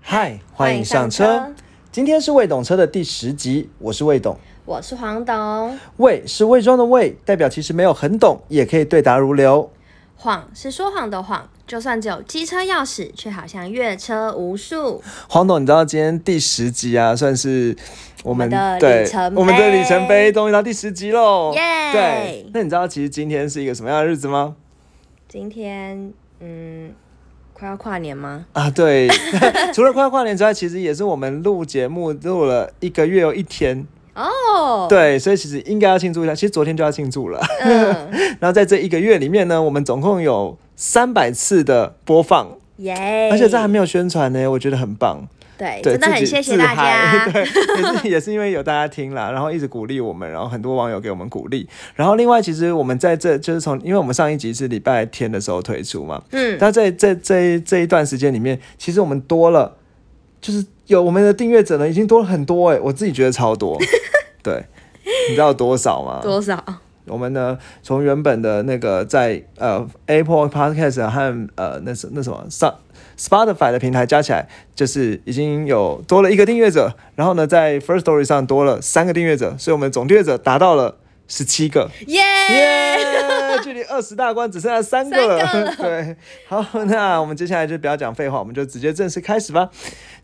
嗨，欢迎上车。今天是未懂车的第十集，我是未懂。我是黄董。未是伪装的未，代表其实没有很懂，也可以对答如流。谎是说谎的谎，就算只有机车钥匙，却好像阅车无数。黄董，你知道今天第十集啊，算是我们我们的对里程碑我们的里程碑，终于到第十集喽！耶对，那你知道其实今天是一个什么样的日子吗？今天，嗯，快要跨年吗？啊，对， 除了快跨年之外，其实也是我们录节目录了一个月有一天，哦，，对，所以其实应该要庆祝一下。其实昨天就要庆祝了。嗯， 然后在这一个月里面呢，我们总共有三百次的播放，耶！而且这还没有宣传呢，我觉得很棒。对，对哎真的自己很谢谢自大嗨 家。也是也是因为有大家听啦，然后一直鼓励我们，然后很多网友给我们鼓励。然后另外，其实我们在这就是从，因为我们上一集是礼拜天的时候推出嘛，嗯，那在这这这一段时间里面，其实我们多了，就是有我们的订阅者呢，已经多了很多哎、我自己觉得超多。对，你知道多少吗？多少？ 我们呢，从原本的那个在呃 Apple Podcast 和呃那是那什么上 Spotify 的平台加起来，就是已经有多了一个订阅者，然后呢，在 First Story 上多了三个订阅者，所以我们总订阅者达到了十七个，耶！耶、距离二十大关只剩下三个了。 对，好，那我们接下来就不要讲废话，我们就直接正式开始吧。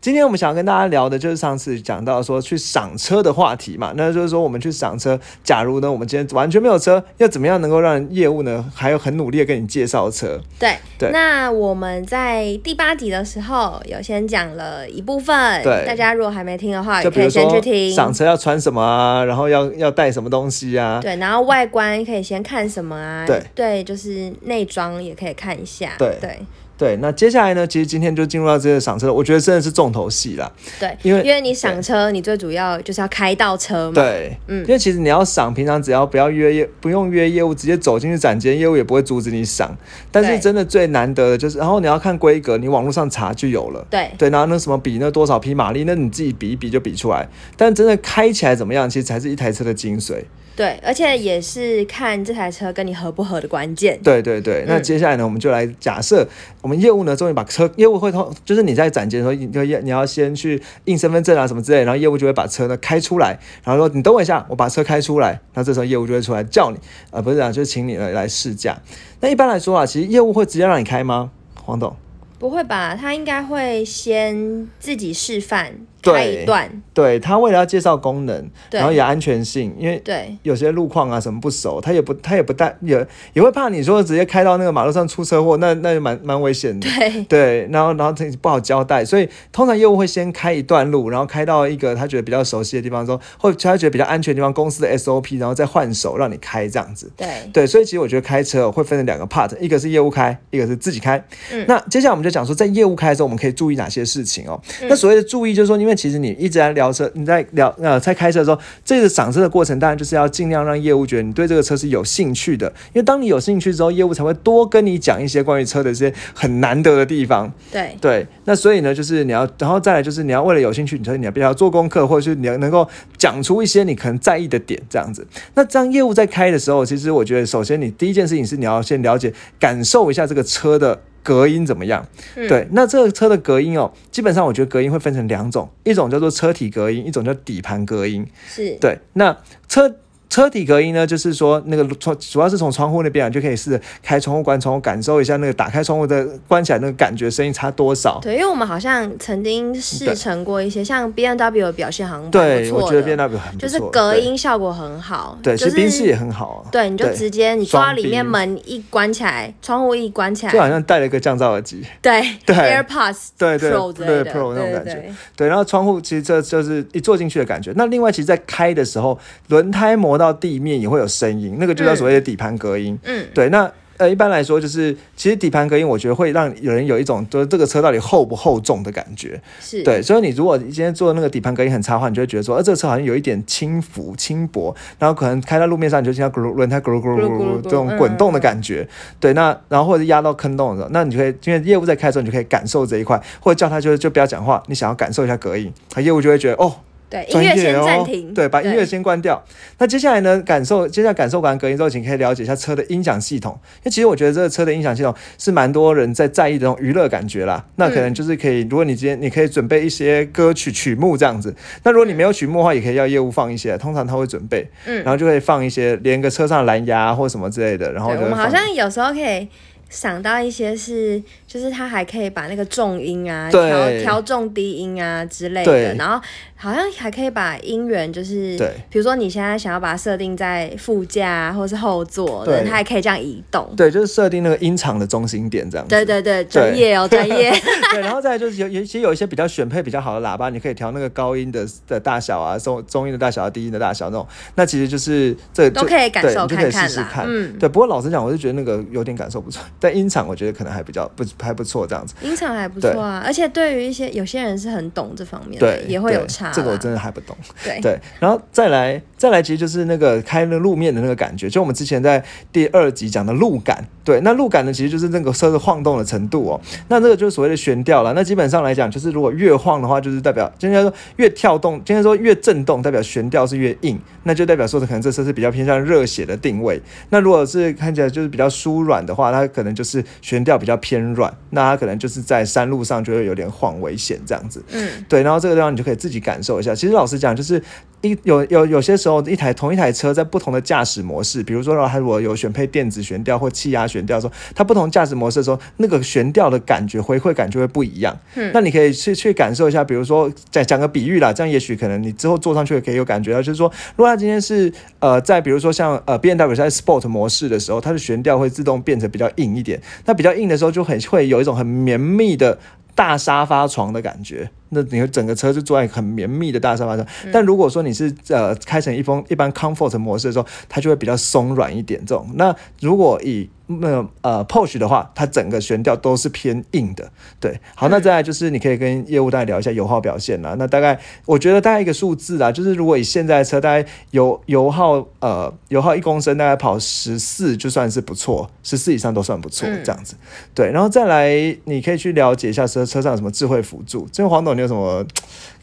今天我们想要跟大家聊的就是上次讲到说去赏车的话题嘛，那就是说我们去赏车，假如呢我们今天完全没有车，要怎么样能够让业务呢还有很努力的跟你介绍车？对，对那我们在第八集的时候有先讲了一部分，对大家如果还没听的话，就也比哎可如以先说去听。赏车要穿什么啊，然后要要带什么东西啊？对，然后外观可以先看什么啊？对就是内装也可以看一下。对对对，那接下来呢，其实今天就进入到这个赏车，我觉得真的是重头戏啦。对，因为你赏车，你最主要就是要开到车嘛。对，嗯因为其实你要赏，平常只要不要约业，不用约业务，直接走进去展间，业务也不会阻止你赏。但是对真的最难得的就是，然后你要看规格，你网络上查就有了。对对，然后那什么比那多少匹马力，那你自己比一比就比出来。但真的开起来怎么样，其实才是一台车的精髓。对而且也是看这台车跟你合不合的关键。对对对，那接下来呢，我们就来假设我们业务呢，终于把车业务会通，就是你在展间的时候，你就要你要先去印身份证啊什么之类，然后业务就会把车呢开出来，然后说你等我一下，我把车开出来，然后这时候业务就会出来叫你，呃，不是啊，就是请你来来试驾。那一般来说啊，其实业务会直接让你开吗？黄董，不会吧？他应该会先自己示范对开一段。对他为了要介绍功能，对然后也安全性，因为对有些路况啊什么不熟，他也不他也不带也也会怕你说直接开到那个马路上出车祸，那那就蛮蛮危险的。对对，然后然后他不好交代，所以通常业务会先开一段路，然后开到一个他觉得比较熟悉的地方之后，或者他觉得比较安全的地方，公司的 SOP，然后再换手让你开这样子。对对，所以其实我觉得开车会分成两个 part，一个是业务开，一个是自己开。嗯那接下来我们就讲说，在业务开的时候，我们可以注意哪些事情哦。嗯那所谓的注意，就是说，因为其实你一直在聊车，你在聊呃在开车的时候，这个赏车的过程，当然就是要尽量让业务觉得你对这个车是有兴趣的，因为当你有兴趣之后，业务才会多跟你讲一些关于车的这些很难得的地方。对对，那所以呢，就是你要，然后再来就是你要为了有兴趣，你所以你要必须要做功课，或者是你要能够讲出一些你可能在意的点，这样子。那这样业务在开的时候，其实我觉得，首先你第一件事情是你要先了解、感受一下这个车的隔音怎么样。嗯对，那这个车的隔音哦，基本上我觉得隔音会分成两种，一种叫做车体隔音，一种叫底盘隔音。是。对，那车车体隔音呢，就是说那个窗主要是从窗户那边啊，你就可以试着开窗户、关窗户，感受一下那个打开窗户的关起来那个感觉，声音差多少。对，因为我们好像曾经试对乘过一些，像 B N W 的表现好像蛮对，不我错觉得 B 的， W 很不就错，是隔音效果很好。对。对，就其实宾士是也很好啊，对，你就对直接你坐双到里面宾门一关起来，窗户一关起来就，好像戴了一个降噪耳机。对对 AirPods 对对 Pro 之类的对 Pro 那种感觉对对嗯对，然后窗户其实这就是一坐进去的感觉。那另外，其实，在开的时候，轮胎磨到地面也会有声音，那个就叫所谓的底盘隔音。嗯，对，那。呃，一般来说就是，其实底盘隔音，我觉得会让有人有一种就是这个车到底厚不厚重的感觉。是，对，所以你如果今天做那个底盘隔音很差的话，你就会觉得说，呃，这个车好像有一点轻浮、轻薄，然后可能开到路面上，你就听到咕噜轮胎咕噜咕噜咕噜咕噜这嗯种滚动的感觉。对，那然后或者是压到坑洞的时候，那你就可以因为业务在开的时候，你就可以感受这一块，或者叫他就就不要讲话，你想要感受一下隔音，啊，业务就会觉得哦。对，音专乐业先哦，暂停，对，把音乐先关掉。那接下来呢，感受接下来感受完隔音之后，请可以了解一下车的音响系统，因为其实我觉得这个车的音响系统是蛮多人在在意的那种娱乐感觉啦。那可能就是可以，如果你今天你可以准备一些歌曲曲目这样子，那如果你没有曲目的话，也可以要业务放一些，通常他会准备，嗯然后就会放一些连个车上的蓝牙或什么之类的，然后对，就我会们好放。像有时候可以想到一些是，就是它还可以把那个重音啊，对调调重低音啊之类的，对然后好像还可以把音源就是，对比如说你现在想要把它设定在副驾、啊、或是后座，对但它还可以这样移动。对，就是设定那个音场的中心点这样子。对对对，专业哦，专业。对，然后再来就是有有其实有一些比较选配比较好的喇叭，你可以调那个高音的的大小啊，中中音的大小啊，低音的大小那种。那其实就是这个都就可以感对受你就可以看看试试啦看。嗯对。不过老实讲，我是觉得那个有点感受不错，但音场我觉得可能还比较不还不错这样子。音场还不错啊，而且对于一些有些人是很懂这方面的对，，也会有对差啦。这个我真的还不懂。对对，然后再来再来，其实就是那个开那个路面的那个感觉，就我们之前在第二集讲的路感。对，那路感呢，其实就是那个车子晃动的程度哦。那这个就是所谓的悬吊了。那基本上来讲，就是如果越晃的话，就是代表，今天说越跳动，今天说越震动，代表悬吊是越硬，那就代表说可能这车是比较偏向热血的定位。那如果是看起来就是比较舒软的话，它可能就是悬吊比较偏软，那它可能就是在山路上就会有点晃危险这样子。嗯，对，然后这个地方你就可以自己感受一下。其实老实讲，就是一有有有些时候，一台同一台车在不同的驾驶模式，比如说它如果有选配电子悬吊或气压悬吊的时候，它不同驾驶模式的时候，那个悬吊的感觉回馈感就会不一样。嗯那你可以去去感受一下，比如说讲讲个比喻啦，这样也许可能你之后坐上去也可以有感觉到，就是说，如果它今天是呃，在比如说像呃 B N W 在 Sport 模式的时候，它的悬吊会自动变成比较硬一点，那比较硬的时候就很会有一种很绵密的大沙发床的感觉。那你整个车就坐在很绵密的大沙发上，但如果说你是呃开成一封一般 comfort 模式的时候，它就会比较松软一点。这种，那如果以那呃 Porsche 的话，它整个悬吊都是偏硬的。对，好，嗯那再来就是你可以跟业务大概聊一下油耗表现啦。那大概我觉得大概一个数字啊，就是如果以现在的车大概油油耗呃油耗一公升大概跑十四就算是不错，十四以上都算不错嗯这样子。对，然后再来你可以去了解一下车车上有什么智慧辅助。这个黄董你有什么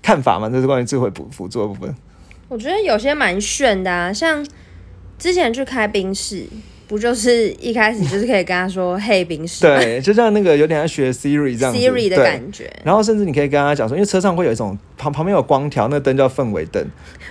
看法吗？这是关于智慧辅辅助的部 分。我觉得有些蛮炫的啊，像之前去开宾士，不就是一开始就是可以跟他说“嘿，宾士”吗对，就像那个有点像学 Siri 这样子 Siri 的对感觉。然后甚至你可以跟他讲说，因为车上会有一种旁旁边有光条，那个灯叫氛围灯。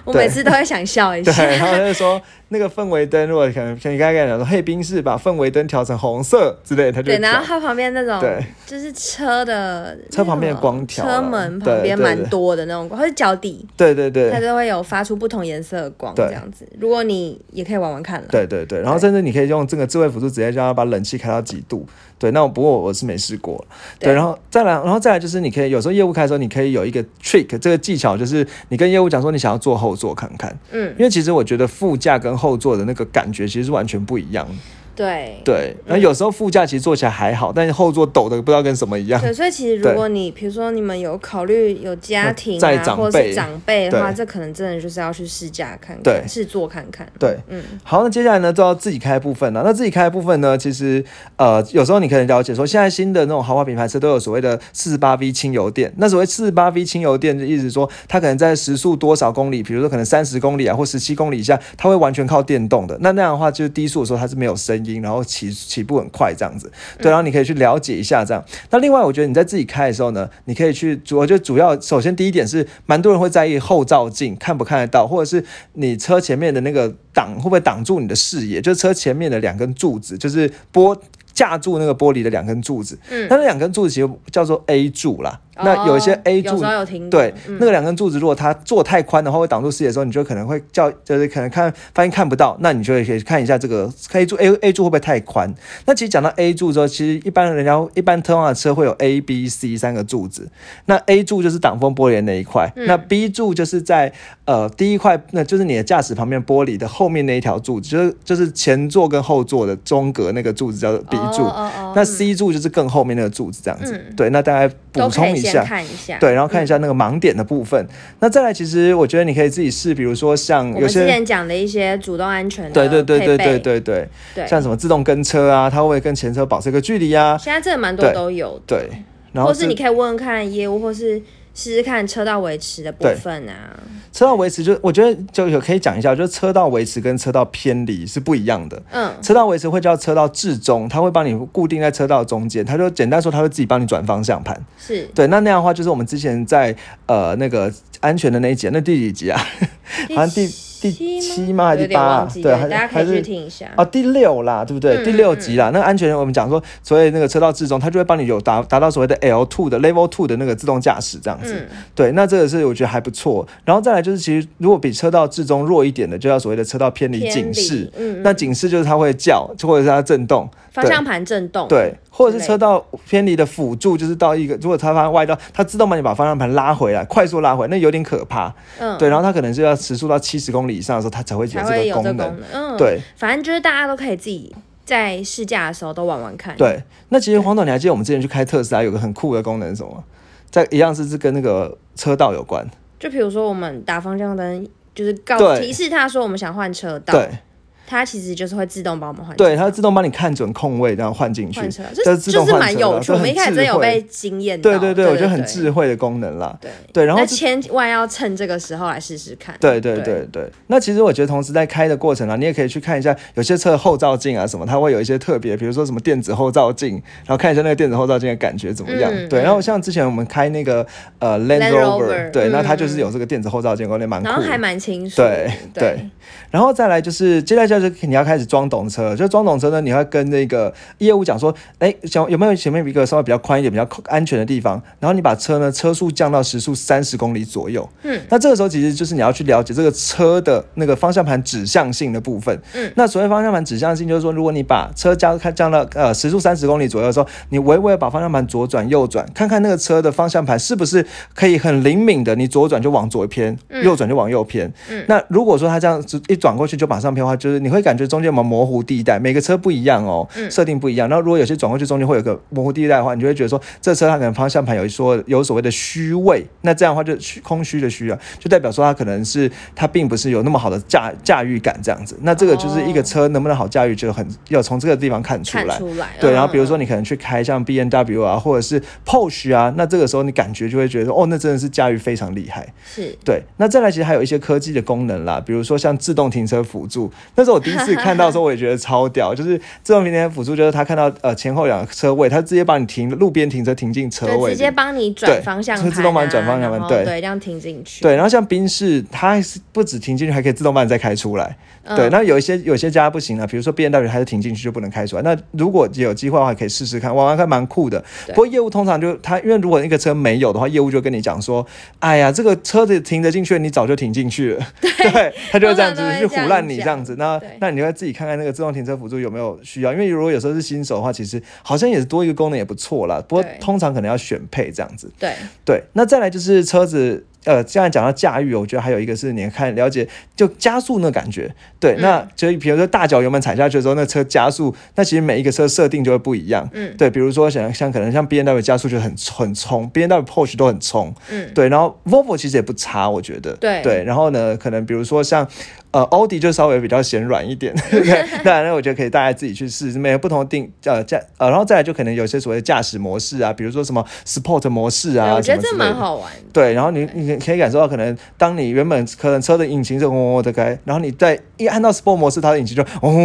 我对每次都会想笑 一 对，下。然后他就说那个氛围灯，如果可能，像你刚才跟他讲说，黑冰士把氛围灯调成红色之类的，他就对，会然调后它旁边那种对就是车的车旁边的那种光条啊车门对旁边对蛮对多的那种光，或是脚底，对对对它都会有发出不同颜色的光，对这样子。如果你也可以玩玩看了，对对对，然后甚至你可以用这个智慧辅助直接让它把冷气开到几度。对，那我不过我是没试过。对，对然后再来，然后再来就是你可以有时候业务开的时候，你可以有一个 trick 这个技巧，就是你跟业务讲说你想要坐后座看看，嗯，因为其实我觉得副驾跟后座的那个感觉其实是完全不一样的。对，对，然后有时候副驾其实坐起来还好，但是后座抖的不知道跟什么 一样。对，所以其实如对果你比如说你们有考虑有家庭在啊，长或者辈是长辈的话，对这可能真的就是要去试驾看对看，试坐看看。对，嗯，好，那接下来呢，就要自己开的部分了。那自己开的部分呢，其实呃，有时候你可以了解说，现在新的那种豪华品牌车都有所谓的四十八 V 轻油电。那所谓四十八 V 轻油电，就意思说它可能在时速多少公里，比如说可能三十公里啊，或十七公里以下，它会完全靠电动的。那那样的话，就是低速的时候它是没有声音，然后起起步很快这样子。对，然后你可以去了解一下这样。那另外，我觉得你在自己开的时候呢，你可以去主，我觉得主要首先第一点是，蛮多人会在意后照镜看不看得到，或者是你车前面的那个挡会不会挡住你的视野，就是车前面的两根柱子，就是玻架住那个玻璃的两根柱子。嗯那那两根柱子其实叫做 A 柱啦。那有一些哦 A 有柱时候有听过嗯对，那个两根柱子，如果它做太宽的话，会挡住视野的时候，你就可能会叫，就是可能看发现看不到，那你就可以看一下这个 A 柱 A A 柱会不会太宽？那其实讲到 A 柱之后，其实一般人家一般通常的车会有 A、B、C 三个柱子，那 A 柱就是挡风玻璃的那一块，那 B 柱就是在呃第一块，那就是你的驾驶旁边玻璃的后面那一条柱子，就是就是前座跟后座的中隔那个柱子叫做 B 柱。哦哦哦那嗯 C 柱就是更后面那个柱子，这样子。对，那大概补都可充以一先下。看一下。对，然后看一下那个盲点的部分。那再来，其实我觉得你可以自己试，比如说像我有们之些。前讲的一些主动安全的对对对对配对备对对，对像什么自动跟车啊，它会不会跟前车保持一个距离啊？现在真的蛮多对都有的，对，然后或是你可以问问看业务，或是试试看车道维持的部对分啊。车道维持就我觉得就有可以讲一下，就是车道维持跟车道偏离是不一样的。嗯，车道维持会叫车道至中，它会帮你固定在车道中间，它就简单说，它会自己帮你转方向盘。是对，那那样的话，就是我们之前在呃那个安全的那一集，那第几集啊？好像第第七吗？还有是第点八忘啊？记对，了，还大家可还以去是听一下。啊，第六啦，对不对？嗯第六集啦，那安全我们讲说，所谓那个车道至中，它就会帮你有达达到所谓的 L two 的 Level two 的那个自动驾驶这样子。嗯，对，那这个是我觉得还不错。然后再来就是，其实如果比车道至中弱一点的，就叫所谓的车道偏离偏警离示。，嗯，那警示就是它会叫，或者是它震动，方向盘震动，对，或者哦之是类车道偏离的辅助，就是到一个，如果它发现外道，它自动帮你把方向盘拉回来，快速拉回来，那有点可怕。嗯，对，然后它可能是要时速到七十公里以上的时候，它才会有才会这有个这功功能。能。嗯，，对反正就是大家都可以自己在试驾的时候都玩玩看。，对，那其实黄总，你还记得我们之前去开特斯拉有个很酷的功能是什么吗？在一样是是跟那个车道有关。就比如说我们打方向灯，就是告对提示他说我们想换车道，对它其实就是会自动帮我们换车道。对，它自动帮你看准空位，然后换进去换车道，，这这自就动是换蛮车有道趣。这我很们一开始智真有慧被惊艳到，对对对，对，我觉得很对智慧的功能啦。对对，然后那这千万要趁这个时候来试试看。对对对对，那其实我觉得同时在开的过程啊，你也可以去看一下有些车的后照镜啊什么，它会有一些特别，比如说什么电子后照镜，然后看一下那个电子后照镜的感觉怎么样。嗯对，嗯然后像之前我们开那个呃 Land Land Rover，, Rover，对，那它嗯就是有这个电子后照镜功能，蛮酷然后的。还蛮清楚的。对对然后再来就是接下来就是你要开始装懂车了，就装懂车呢，你要跟那个业务讲说，哎，想有没有前面有一个稍微比较宽一点、比较安全的地方，然后你把车呢车速降到时速三十公里左右。嗯，那这个时候其实就是你要去了解这个车的那个方向盘指向性的部分。嗯，那所谓方向盘指向性，就是说如果你把车加开降到呃时速三十公里左右的时候，你微微地把方向盘左转右转，看看那个车的方向盘是不是可以很灵敏的，你左转就往左偏，嗯右转就往右偏。那如果说它这样子一转过去就马上偏的话，就是你会感觉中间有没有模糊地带，每个车不一样哦，设定不一样。然后如果有些转过去中间会有个模糊地带的话，你就会觉得说这车它可能方向盘有说有所谓的虚位，那这样的话就虚空虚的虚啊，就代表说它可能是它并不是有那么好的驾驾驭感这样子。那这个就是一个车能不能好驾驭，就很要从这个地方看出看来。出来。对，嗯然后比如说你可能去开像 B N W 啊，或者是 Porsche 啊，那这个时候你感觉就会觉得说哦，那真的是驾驭非常厉害。是对，那再来其实还有一些科技的功能啦，比如说像自动停车辅助。那时候我第一次看到的时候，我也觉得超屌， 就是自动停车辅助，就是他看到呃前后两个车位，他直接帮你停路边停车停进车对，位里。直接帮你转对方向会盘、啊，自动帮你转方向盘然后对对，这样停进去。对，然后像宾士，它还是不止停进去，还可以自动帮你再开出来。嗯对，那有一些有些家不行啊，比如说 B N W 它是停进去就不能开出来。那如果有机会的话，可以试试看，玩玩看，蛮酷的。对不过业务通常就他，因为如果那个车没有的话，业务就跟你讲说，哎呀，这个车子停得进去，你早就停进去了。 对，他就会这样子通常去都会这样唬烂你这讲样子。那对那你会自己看看那个自动停车辅助有没有需要，因为如果有时候是新手的话，其实好像也是多一个功能也不错啦。不过对通常可能要选配这样子。对对，那再来就是车子，呃，刚才讲到驾驭，我觉得还有一个是你看了解就加速那感觉。对，嗯那所以比如说大脚油门踩下去的时候，那车加速，那其实每一个车设定就会不一样。嗯，对，比如说像像可能像 B N W 加速就很很冲，B N W Porsche 都很冲。嗯，对，然后 Volvo 其实也不差，我觉得。对对，然后呢，可能比如说像呃奥迪就稍微比较显软 一点，对，那那我觉得可以大家自己去试，每个不同的定呃驾呃，然后再来就可能有些所谓的驾驶模式啊，比如说什么 Sport 模式对啊，我觉得什这么之类蛮的。好玩的。对，然后你你可以感受到，可能当你原本可能车的引擎是嗡嗡嗡的开，然后你再一按到 Sport 模式，它的引擎就嗡、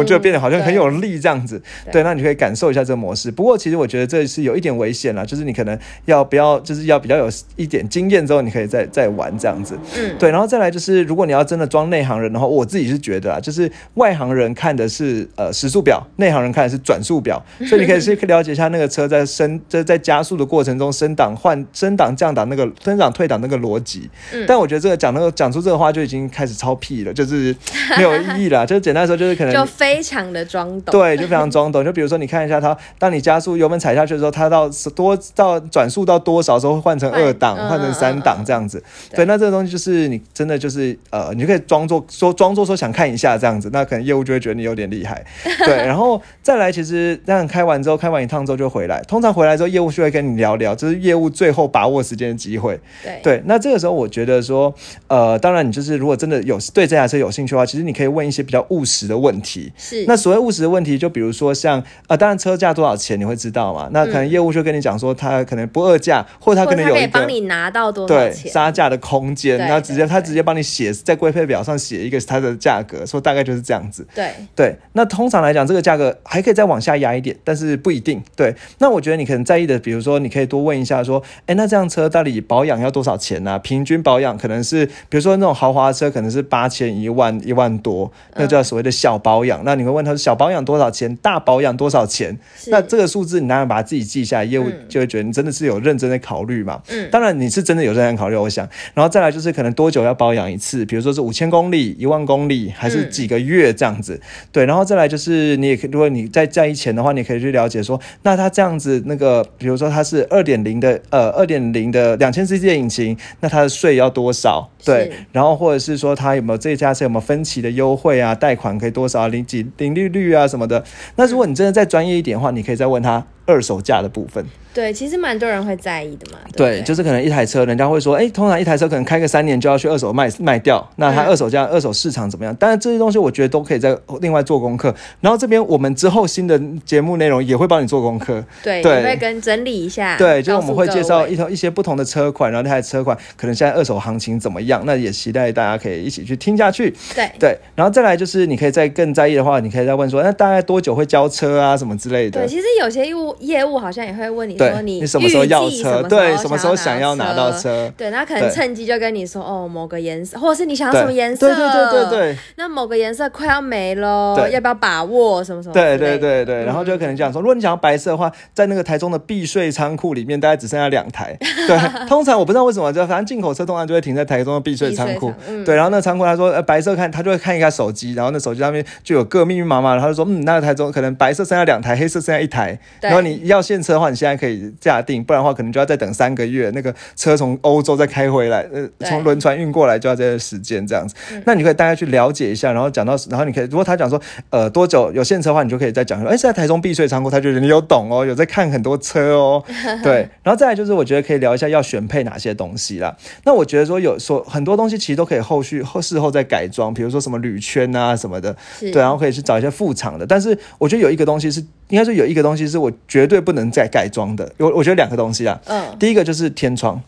嗯就变得好像很对有力这样子。对对，那你可以感受一下这个模式。不过其实我觉得这是有一点危险啦，就是你可能要不要，就是要比较有一点经验之后，你可以再再玩这样子。嗯，对，然后再来就是，如果你要真的装内行人的话，我自己是觉得啊，就是外行人看的是呃时速表，内行人看的是转速 表，所以你可以去了解一下那个车在升，就是在加速的过程中升档换升档降档那个升档退档那个逻辑。嗯但我觉得这个讲那个讲出这个话就已经开始超屁了，就是没有意义了。就是 简单说，就是可能就非常的装懂。对，就非常 装懂。就比如说，你看一下它，当你加速油门踩下去的时候，它到多到转速到多少的时候会换成换二档，嗯换成三档这样子。对对，那这个东西就是你真的就是呃，你就可以装作说装作说想看一下这样子，那可能业务就会觉得你有点厉 害。对，然后再来，其实那样开完之后，开完一趟之后就回来，通常回来之后业务就会跟你聊聊，这是业务最后把握时间的机会。对对，那这个时候我觉得说，呃，当然你就是如果真的有对这台车有兴趣的话，其实你可以问一些比较务实的问题。是那所谓务实的问题，就比如说像呃，当然车价多少钱你会知道嘛？那可能业务就跟你讲说，他可能不二价，或者他嗯或可者能他有可以一帮个。你拿到多少对钱？杀价的空间，对那直接对他对直接帮你写在规配表上写一个它的价格，说大概就是这样子。对，对，那通常来讲，这个价格还可以再往下压一点，但是不一定。对，那我觉得你可能在意的，比如说，你可以多问一下说，哎，那这辆车到底保养要多少钱呢、啊平均保养可能是，比如说那种豪华车，可能是八千、一万、一万多，嗯那叫所谓的小保养。那你会问他说小保养多少钱，大保养多少钱？是那这个数字你当然把它自己记下来，业务就会觉得你真的是有认真的考虑嘛。嗯当然你是真的有认真考虑，我想。然后再来就是可能多久要保养一次，比如说是五千公里、一万公里，还是嗯几个月这样子。对，然后再来就是你也可以，如果你在在意钱的话，你可以去了解说，那它这样子那个，比如说它是二点零的，呃，二点零的两千 cc 的引擎，那它的税要多少？对是，然后或者是说它有没有这家车有没有分期的优惠啊，贷款可以多少啊，零几零利率啊什么的。那如果你真的再专业一点的话，你可以再问他二手价的部分。对，其实蛮多人会在意的嘛。不对，对，就是可能一台车，人家会说，哎、通常一台车可能开个三年就要去二手卖卖掉，那它嗯二手价、二手市场怎么样？当然这些东西我觉得都可以在另外做功课。然后这边我们之后新的节目内容也会帮你做功课，对，对你会跟整理一下。对，就是我们啊告诉会各介绍位一条一些不同的车款，然后那台车款可能现在二手行情怎么样？那也期待大家可以一起去听下去。对对，然后再来就是你可以再更在意的话，你可以再问说，那大概多久会交车啊，什么之类的。对，其实有些业务业务好像也会问你对说，你什么时候预计要什车？么对，什么时候想要要拿到？车？对，那可能对趁机就跟你说哦，某个颜色，或者是你想要对什么颜色？对对对对对。那某个颜色快要没喽，对要不要把握？什么什么之对类的？嗯对对对，然后就可能讲说，如果你想要白色的话，在那个台中的避税仓库里面，大概只剩下两 台。对，通常我不知道为什么，就反正进口车通常就会停在台中的避税仓避库税仓。嗯对，然后那仓库他说，呃，白色看他就会看一下手机，然后那手机上面就有各密密麻麻，然后他就说，嗯，那台中可能白色剩下两台，黑色剩下一台。对然后你要现车的话，你现在可以价定，不然的话可能就要再等三个月，那个车从欧洲再开回来，呃，对嗯从轮船运过来就要这些时间这样子。那你可以大概去了解一下，然后讲到，然后你可以，如果他讲说，呃，多久有现车的话，你就可以再讲说，哎、是在台中避税仓库，他觉得你有懂哦，有在看很多车 哦，对。然后再来就是，我觉得可以聊一下要选配哪些东西啦。那我觉得说有所很多东西其实都可以后续后事后再改装，比如说什么铝圈啊什么的，是对，然后可以去找一些副厂的。但是我觉得有一个东西是，应该说有一个东西是我绝对不能再改装的。有，我觉得两个东西啊，嗯，第一个就是天窗。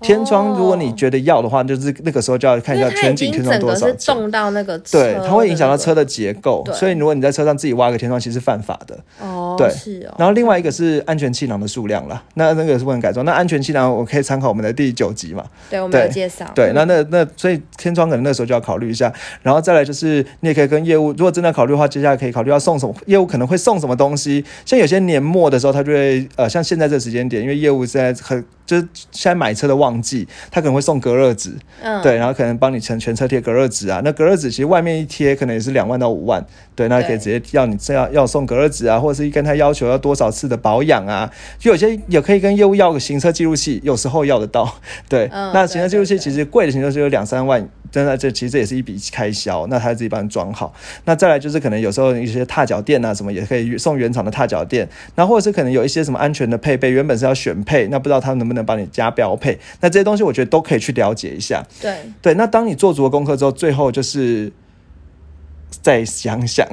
天窗，如果你觉得要的话，就是那个时候就要看一因下为它已全景经天窗整多个少是钱。动到那个车的对那个，，它会影响到车的结构，对所以如果你在车上自己挖个天窗，其实是犯法的。哦，对是哦，然后另外一个是安全气囊的数量啦，那那个是不能改装。那安全气囊我可以参考我们的第九集嘛，对，我们有对介绍，对，嗯那那那，所以天窗可能那时候就要考虑一下，然后再来就是你也可以跟业务，如果真的考虑的话，接下来可以考虑要送什么，业务可能会送什么东西。像有些年末的时候，他就会呃，像现在这个时间点，因为业务现在很就是现在买车的旺季，他可能会送隔热纸，嗯，对，然后可能帮你全全车贴隔热纸啊。那隔热纸其实外面一贴可能也是两万到五万，对，那可以对直接要你这样要送隔热纸啊，或者是跟他要求要多少次的保养啊。就有些也可以跟业务要个行车记录器，有时候要得到。对，嗯那对行车记录对器其对实贵的行车记录器有两三万，真的这其实这也是一笔开销，那他自己帮你装好。那再来就是可能有时候一些踏脚垫啊什么也可以送原厂的踏脚垫，那或者是可能有一些什么安全的配备，原本是要选配，那不知道他能不能帮你加标配，那这些东西我觉得都可以去了解一下。对，对，那当你做足了功课之后，最后就是再想 想。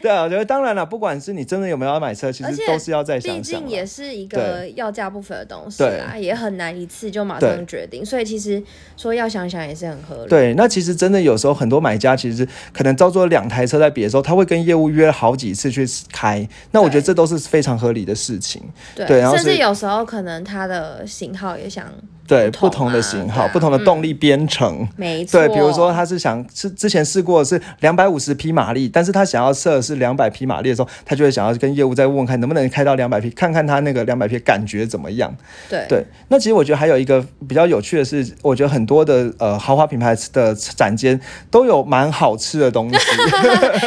对啊，我觉得当然了，不管是你真的有没有要买车，其而实且都是要再毕想想竟啦。也是一个要价不菲的东西对啦，也很难一次就马上决定，所以其实说要想想也是很合理。对，那其实真的有时候很多买家其实可能照做两台车在比的时候，他会跟业务约好几次去开，那我觉得这都是非常合理的事情。对对然后甚所至以有时候可能它的型号也想，对，不不同同啊的型对号、啊不同的动力编程，没错，对，比如说他是想是之前试过的是两百五十匹马力，但是他想要测试两百匹马力的时候，他就会想要跟业务再问问看能不能开到两百匹，看看他那个两百匹感觉怎么样。对对，那其实我觉得还有一个比较有趣的是，我觉得很多的呃豪华品牌的展间都有蛮好吃的 东西。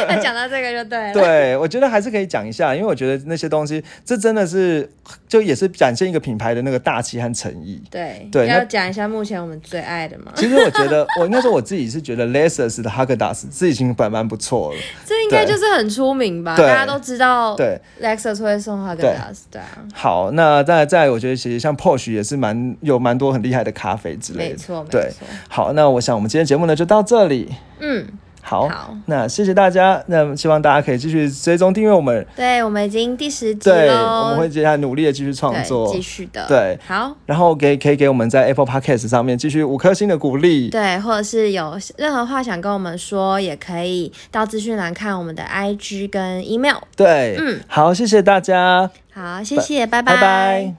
那 讲到这个就对了，对，我觉得还是可以讲一下，因为我觉得那些东西，这真的是就也是展现一个品牌的那个大气和诚意。对对那要讲一下目前我们最爱的吗？其实我觉得，我应该说我自己是觉得 Lexus 的 Hagedas 自己已经蛮蛮不错了。这应该对就是很出名吧，对大家都知道。对， Lexus 会送哈根达斯的啊，好，那再再我觉得其实像 Porsche 也是蛮有蛮多很厉害的咖啡之类没的。错没对错。好，那我想我们今天节目呢就到这里。嗯，好，好那谢谢大家，那希望大家可以继续追踪订阅我们。对，我们已经第十集对，喽，我们会接下来努力的继续创哦对作继，续的。对好，然后给可以给我们在 Apple Podcast 上面继续五颗星的鼓励。对，或者是有任何话想跟我们说，也可以到资讯栏看我们的 IG 跟 email。对，嗯，好，谢谢大家，好，谢谢，拜拜拜